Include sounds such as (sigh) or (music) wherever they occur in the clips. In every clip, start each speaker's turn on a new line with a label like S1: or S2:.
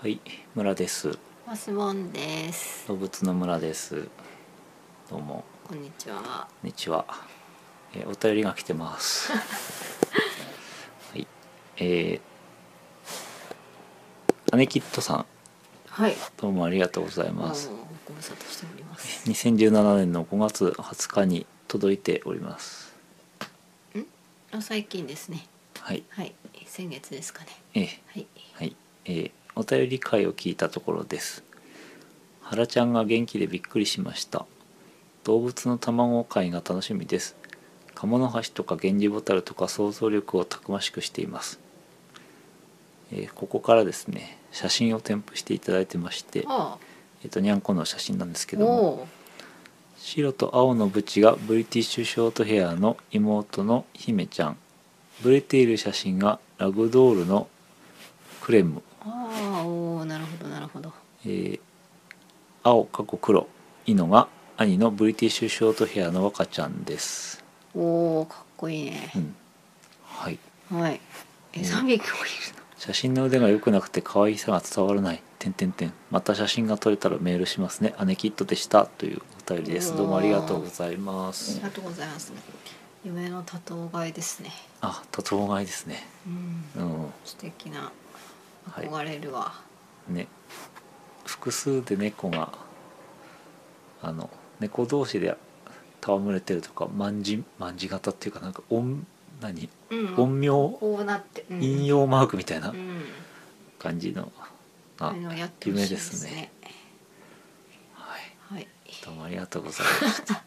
S1: はい、村です。
S2: マスボンです。
S1: 動物の村です。どうも、
S2: こんにちは。
S1: こんにちは。えーお便りが来て
S2: (laughs)
S1: ます。はい、えー、姉キットさん、
S2: はい。
S1: どうもありがとうござい
S2: どうも
S1: ます。
S2: ご無沙汰しております。
S1: 2017年の5月20日に届いております。
S2: あ最近ですね。
S1: はい、
S2: はい。先月ですかね。
S1: えー
S2: はい。
S1: はい、えーお便り会を聞いたところです。原ちゃんが元気でびっくりしました。動物の卵会が楽しみです。カモノハシとかゲンジボタルとか想像力をたくましくしています。えーここからですね、写真を添付していただいてまして、
S2: あ
S1: えっ、とにゃんこの写真なんですけ
S2: あ。
S1: ども、
S2: おお。
S1: 白と青のブチがブリティッシュショートヘアの妹の姫ちゃん、ブレている写真がラグドールのクレム。
S2: ああ。おお。なるほどなるほど。
S1: えー青過去黒イノが兄のブリティッシュショートヘアの若ちゃんです、
S2: おおかっこいいね
S1: う。んはい、
S2: はい。
S1: う
S2: え
S1: ん
S2: 三匹もいるの。
S1: 写真の腕が良くなくて可愛さが伝わらない点点点また写真が撮れたらメールしますね姉キットでしたというお便りですどうもありがとうございま
S2: あり
S1: す
S2: がとうございます。夢の多頭飼いですね。
S1: あ多頭飼いですね
S2: うん。
S1: う
S2: 素敵な。
S1: はい
S2: 憧れるわ。
S1: んね複数で猫があの猫同士で戯れてるとか卍卍型っていうかなんか音何
S2: うん。
S1: 音名
S2: こうなって。うん
S1: 引。用マークみたいな
S2: うん。
S1: 感じの、
S2: あ
S1: あ
S2: のやってほしいです
S1: 夢
S2: ね。
S1: はい
S2: はい。
S1: どうもありがとうございま
S2: (laughs)
S1: したっ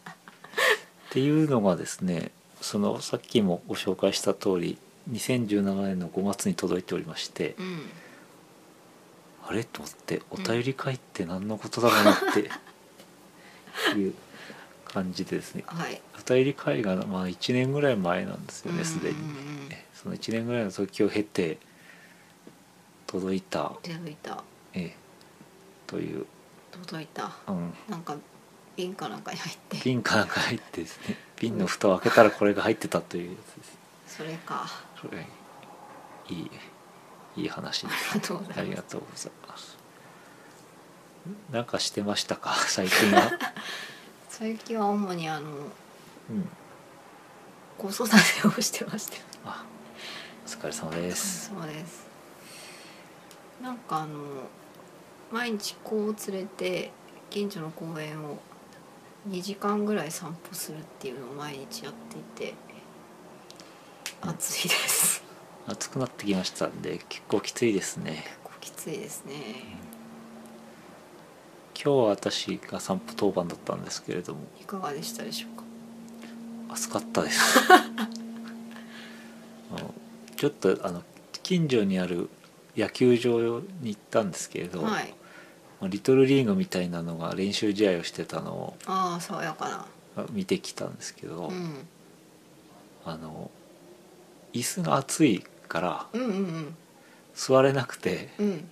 S1: ていうのがですねそのさっきもご紹介した通り2017年の5月に届いておりまして
S2: うん。
S1: あれと思ってお便り会って何のことだろうなって
S2: (laughs)
S1: いう感じでですね
S2: はい。
S1: お便り会がまあ1年ぐらい前なんですよねすでに
S2: うんうんうん
S1: えその1年ぐらいの時を経て届いた、
S2: 届いた
S1: えという、
S2: 届いた
S1: うん、
S2: なんか瓶かなんかに入って
S1: 瓶かなんか入ってですね瓶の蓋を開けたらこれが入ってたというやつです
S2: それか
S1: これいいいい話で
S2: あ
S1: す
S2: りがとうござ
S1: あ
S2: い
S1: り
S2: ま
S1: が
S2: す
S1: とうございますなんかしてましたか最近は、
S2: 最近は主にあの
S1: うん、
S2: 子育てをしてました
S1: あお疲れ様です
S2: そうですなんかあの毎日子を連れて近所の公園を2時間ぐらい散歩するっていうのを毎日やっていて
S1: うん
S2: 暑いです
S1: 暑くなってきましたんで結構きついですね
S2: 結構きついですね
S1: 今日は私が散歩当番だったんですけれども
S2: いかがでしたでしょうか
S1: 暑かったです (laughs) あのちょっとあの近所にある野球場に行ったんですけれど、
S2: はい
S1: まあリトルリーグみたいなのが練習試合をしてたの
S2: ああ爽やか
S1: を見てきたんですけど、
S2: なうん
S1: あの椅子が暑いから
S2: うんうんうん
S1: 座れなくて
S2: うん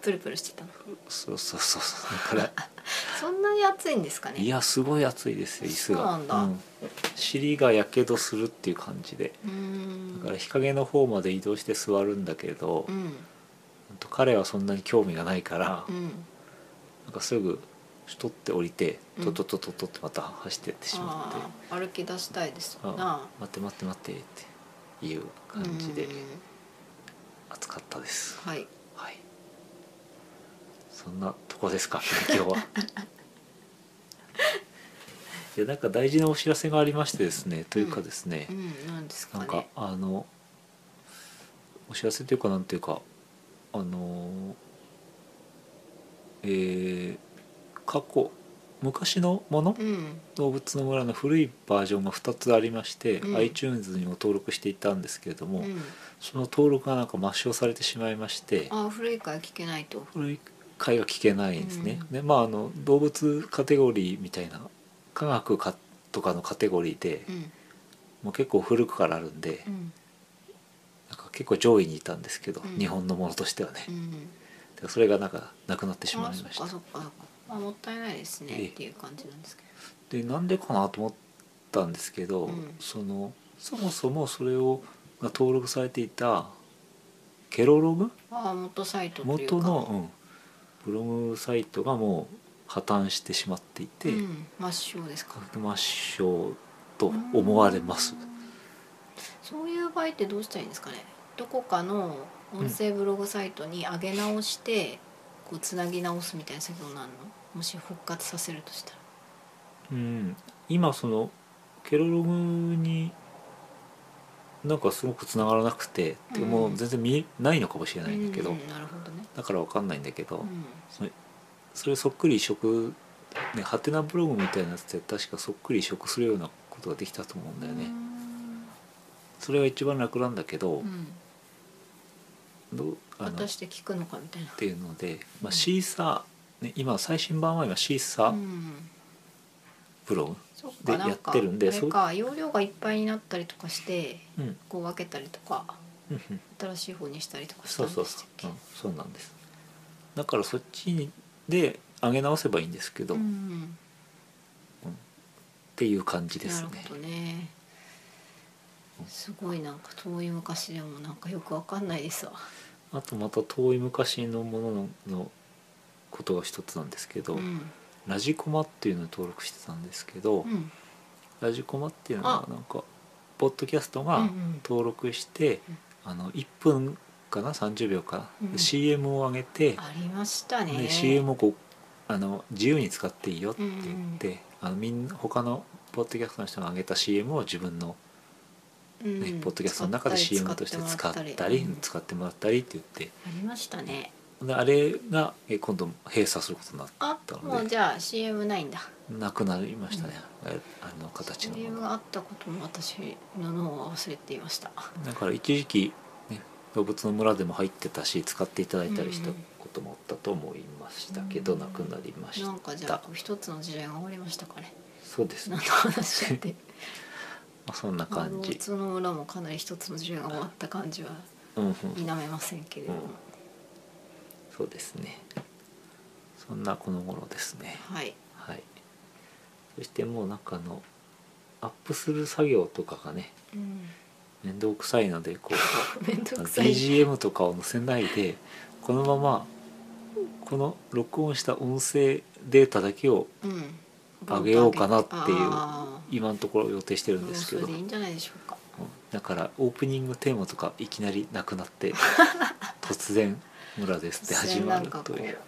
S2: プルプルしてたの
S1: そうそうそうそうだ
S2: (laughs)
S1: か
S2: そんなに暑いんですからね
S1: いやすごい暑いですよ椅子が
S2: そうなんだ
S1: 尻がやけどするっていう感じで
S2: うーん
S1: だから日陰の方まで移動して座るんだけど、
S2: うん
S1: ほんと彼はそんなに興味がないから、
S2: うん
S1: なんかすぐ取って降りて
S2: うん
S1: トトトトトってまた走ってってしまって
S2: ああ歩き出したいです
S1: 「
S2: わ
S1: あ
S2: な
S1: 待って待って待って」っていう感じで
S2: うん
S1: 暑かったです、
S2: はい
S1: はいそんなとこですか今
S2: (laughs)
S1: 日はいやなんか大事なお知らせがありましてですねというかですね
S2: う、んなんですか
S1: なんか
S2: ね
S1: あのお知らせというかなんていうかあのえー過去昔のもの
S2: うん
S1: 動物の村の古いバージョンが2つありまして、
S2: うん
S1: iTunes にも登録していたんですけれども、
S2: うん
S1: その登録がなんか抹消されてしまいまして
S2: ああ古いから聞けないと
S1: 古い回が聞けないんですね。
S2: うん
S1: でまああの動物カテゴリーみたいな科学かとかのカテゴリーで、
S2: うん
S1: もう結構古くからあるんで。
S2: うん
S1: なんか結構上位にいたんですけど、
S2: うん
S1: 日本のものとしてはね、
S2: うん
S1: でもそれがなんかなくなってしま
S2: あ
S1: い
S2: そっ
S1: ました
S2: かそっかそっかまあもったいないです
S1: ええ
S2: ねっていう感じなんですけ
S1: でなんでかなと思ったんですけど、
S2: うん
S1: そのそもそもそれをが登録されていたケロログ
S2: ああ元サイトというか
S1: 元の、うん、ブログサイトがもう破綻してしまっていて、
S2: うん、抹消ですか
S1: 価格抹消と思われます、
S2: そういう場合ってどうしたらいいんですかねどこかの音声ブログサイトに上げ直して、こうつなぎ直すみたいな作業になるのもし復活させるとしたら
S1: うん、今そのケロログになんかすごくつながらなくて、で
S2: うん
S1: もう全然見えないのかもしれないんだけど、
S2: うんうんなるほどね、
S1: だからわかんないんだけど、
S2: うん、
S1: それそれそっくり移植ねハテナブログみたいなやつって確かそっくり移植するようなことができたと思うんだよね、それが一番楽なんだけど
S2: う、ん
S1: どうあ
S2: 果
S1: の
S2: た
S1: っ
S2: して聞くのかみたいな
S1: ていうので、ま
S2: うん
S1: あ、シーサー、ね、今最新版は今シーサ
S2: う
S1: ー
S2: ん、
S1: ブログ、
S2: そっ
S1: で
S2: かなんか
S1: やってるんで
S2: あれか容量がいっぱいになったりとかして
S1: うんうん
S2: こう分けたりとか
S1: うん、
S2: 新しい方にしたりとかし
S1: そ
S2: たん
S1: う
S2: で
S1: そう
S2: した
S1: そ
S2: っ
S1: う、
S2: け
S1: うん、そうなんですだからそっちにで上げ直せばいいんですけど、
S2: う
S1: っ
S2: ん
S1: ていう感じですね
S2: なるほどね
S1: うん
S2: すごいなんか遠い昔でもなんかよくわかんないですわ
S1: あとまた遠い昔のものののことが一つなんですけど、
S2: うん
S1: ラジコマっていうのを登録してたんですけど、
S2: うん
S1: ラジコマっていうのは
S2: あ
S1: なんかポッドキャスト
S2: う
S1: が
S2: ん
S1: 登録して、
S2: うん
S1: あの1分かな30秒かな、
S2: うん
S1: CM を上げて、
S2: ありましたね
S1: で CM をこうあの自由に使っていいよって言って、あのみんな他のポッドキャストの人が上げた CM を自分の、
S2: うん
S1: ねポッドキャストの中で CM として使ったり使って
S2: うん
S1: もらったりって言って
S2: ありましたね
S1: であれがえ今度閉鎖することになっ
S2: あ
S1: たので
S2: もうじゃあ CM ないんだ
S1: なくなりましたね、えあの形の
S2: CM
S1: もの
S2: があったことも私の脳は忘れていました
S1: だから一時期、ね、動物の村でも入ってたし使っていただいたりしたこともあったと思いましたけど、
S2: うん
S1: なくなりまし
S2: なんかじゃ
S1: た
S2: あこう一つの時代が終わりましたかね
S1: そうですね
S2: 何の話って
S1: まあ (laughs) そんな感じ
S2: その裏もかなり一つの時代が終わった感じは
S1: うんうん
S2: 否めませんけれども、
S1: うんそうですねそんなこの頃ですね
S2: はい
S1: はいそしてもうなんかあのアップする作業とかがね
S2: うん
S1: 面倒くさいので
S2: (laughs)
S1: こう
S2: 面倒くさい
S1: BGM とかを載せないでこのままこの録音した音声データだけを
S2: うん
S1: あげようかなっていう
S2: あ
S1: 今のところ予定してる
S2: ー
S1: んですけ
S2: もう
S1: ど
S2: それでいいんじゃないでしょうか
S1: だからオープニングテーマとかいきなりなくなって
S2: (laughs)
S1: 突然「村です」って始まると
S2: 突然
S1: い
S2: なん
S1: う
S2: か。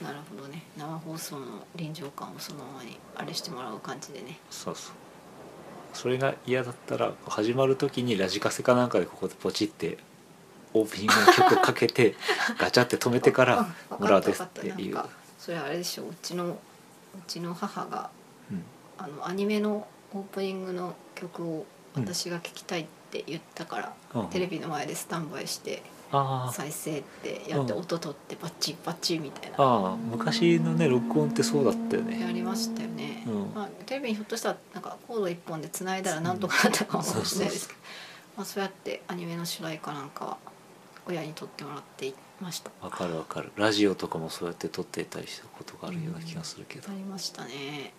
S1: うん
S2: なるほどね生放送の臨場感をそのままにあれしてもらう感じでね
S1: そうそうそれが嫌だったら始まる時にラジカセかなんかでここでポチってオープニングの曲かけ
S2: (laughs)
S1: てガチャって止めてから
S2: あ
S1: 「
S2: 分か
S1: 村
S2: った
S1: です」
S2: 分
S1: っ
S2: かった
S1: ていう
S2: なんかそれあれでしょううちのうちの母が
S1: うん
S2: あのアニメのオープニングの曲を私が聞きたいって言ったから、
S1: うん
S2: テレビの前でスタンバイして
S1: あー
S2: 再生ってやって
S1: うん
S2: 音取ってバッチリバッチリみたいなや
S1: あー昔のね録音ってそうだったよね
S2: りましたよね、
S1: うん
S2: まあ、テレビにひょっとしたらなんかコード一本で繋いだらなんとかなったかもしれないですけど、まあ、そうやってアニメの主題歌なんかは親に撮ってもらっていました
S1: わかるわかるラジオとかもそうやって撮ってたりしたことがあるような気がするけど
S2: ありましたね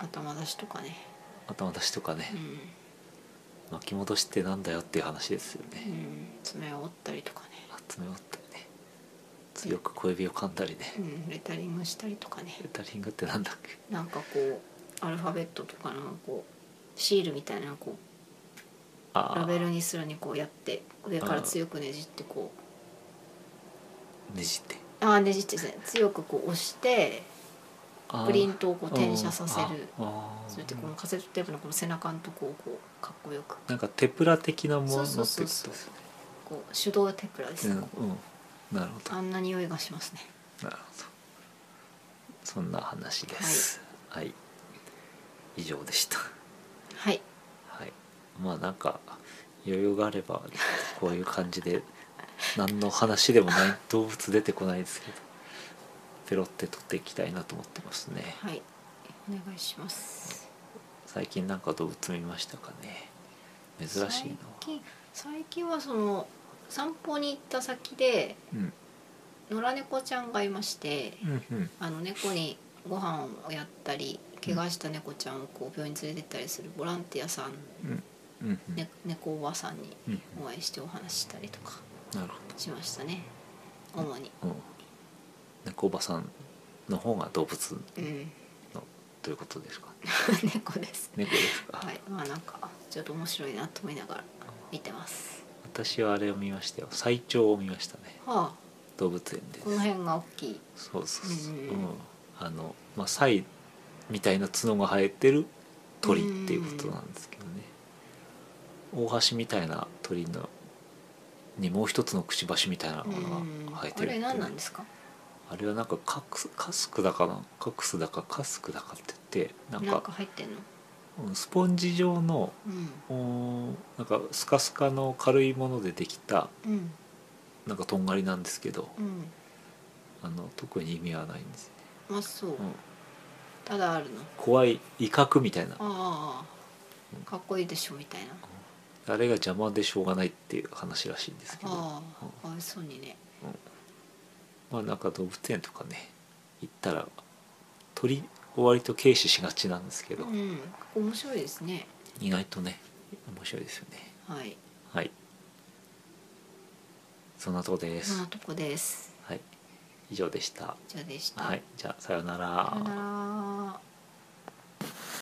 S2: 頭出しとかね
S1: 頭出しとかね
S2: うん
S1: 巻き戻しってなんだよっていう話ですよ
S2: う
S1: ね
S2: ん、爪を折ったりとかね、
S1: 集め終わったりね強く小指を噛んだりね
S2: うん、レタリングしたりとかね
S1: レタリングってなんだっけ
S2: なんかこうアルファベットとかのこうシールみたいなのをこ
S1: あ
S2: う
S1: ー
S2: ラベルにするにこうやって上から強くねじってこ
S1: ねじって
S2: うああーねじってですね強くこう押して
S1: あー
S2: プリントをこう転写させる
S1: うんあー
S2: それでこのカセットテープのこの背中のとこをこうかっこよく
S1: なんか手プラ的なもの
S2: そ
S1: って
S2: うそ
S1: こと
S2: うそう
S1: です
S2: そう
S1: ね
S2: こう手動テプラです、
S1: うんうんなるほど
S2: あんな匂いがしますね
S1: なるほどそんな話ですはい、以上でした
S2: はい
S1: はいまあなんか余裕があればこういう感じ
S2: (laughs)
S1: で何の話でもない動物出てこないですけどペロって取っていきたいなと思ってますね
S2: はいお願いします
S1: 最近なんか動物見ましたかね珍しいの
S2: 最近最近はその散歩に行った先で
S1: うん
S2: 野良猫ちゃんがいまして
S1: うんうん
S2: あの猫にご飯をやったり怪我した猫ちゃんをこう病院に連れてったりするボランティアさん
S1: うんうんうん
S2: ね、猫おばさんに
S1: うんうん
S2: お会いしてお話ししたりとか
S1: なるほ
S2: しましたね主に
S1: ど、うん、猫おばさんの方が動物
S2: うん (laughs)
S1: のということですか
S2: 猫です
S1: 猫ですか、
S2: はいまあなんかちょっと面白いなと思いながら見てます
S1: 私はあれを見ましたよ最長を見ましたね
S2: はあ
S1: 動物園で
S2: この辺が大きい
S1: そうそうそう、
S2: うんうん
S1: うんあのまあサイみたいな角が生えてる鳥っていうことなんですけどね、大橋みたいな鳥のにもう一つのくちばしみたいなもの
S2: うん
S1: が生えて
S2: あ
S1: るって
S2: れ
S1: いうね
S2: 何なんですか
S1: あれはなんかカクカスクだかなカクスだかカスクだかって言ってな
S2: なんん
S1: か
S2: か入ってんの
S1: うんスポンジ状の
S2: うん
S1: おーなんかスカスカの軽いものでできた
S2: うん
S1: なんかとんがりなんですけど
S2: うん
S1: あの特に意味はないんです、
S2: まあそう、
S1: うん、
S2: ただあるの
S1: 怖い威嚇みたいな
S2: ああかっこいいでしょみたいな
S1: あれが邪魔でしょうがないっていう話らしいんですけど
S2: ああかわいそうにね
S1: まあなんか動物園とかね行ったら鳥を割と軽視しがちなんですけ
S2: う
S1: ど、
S2: ん面白いですね
S1: 意外とね面白いですよね
S2: はい
S1: はいそんなとこで
S2: そん
S1: す、
S2: なとこです
S1: はい以上でした
S2: じゃあでした
S1: はいじゃあさような
S2: さよなら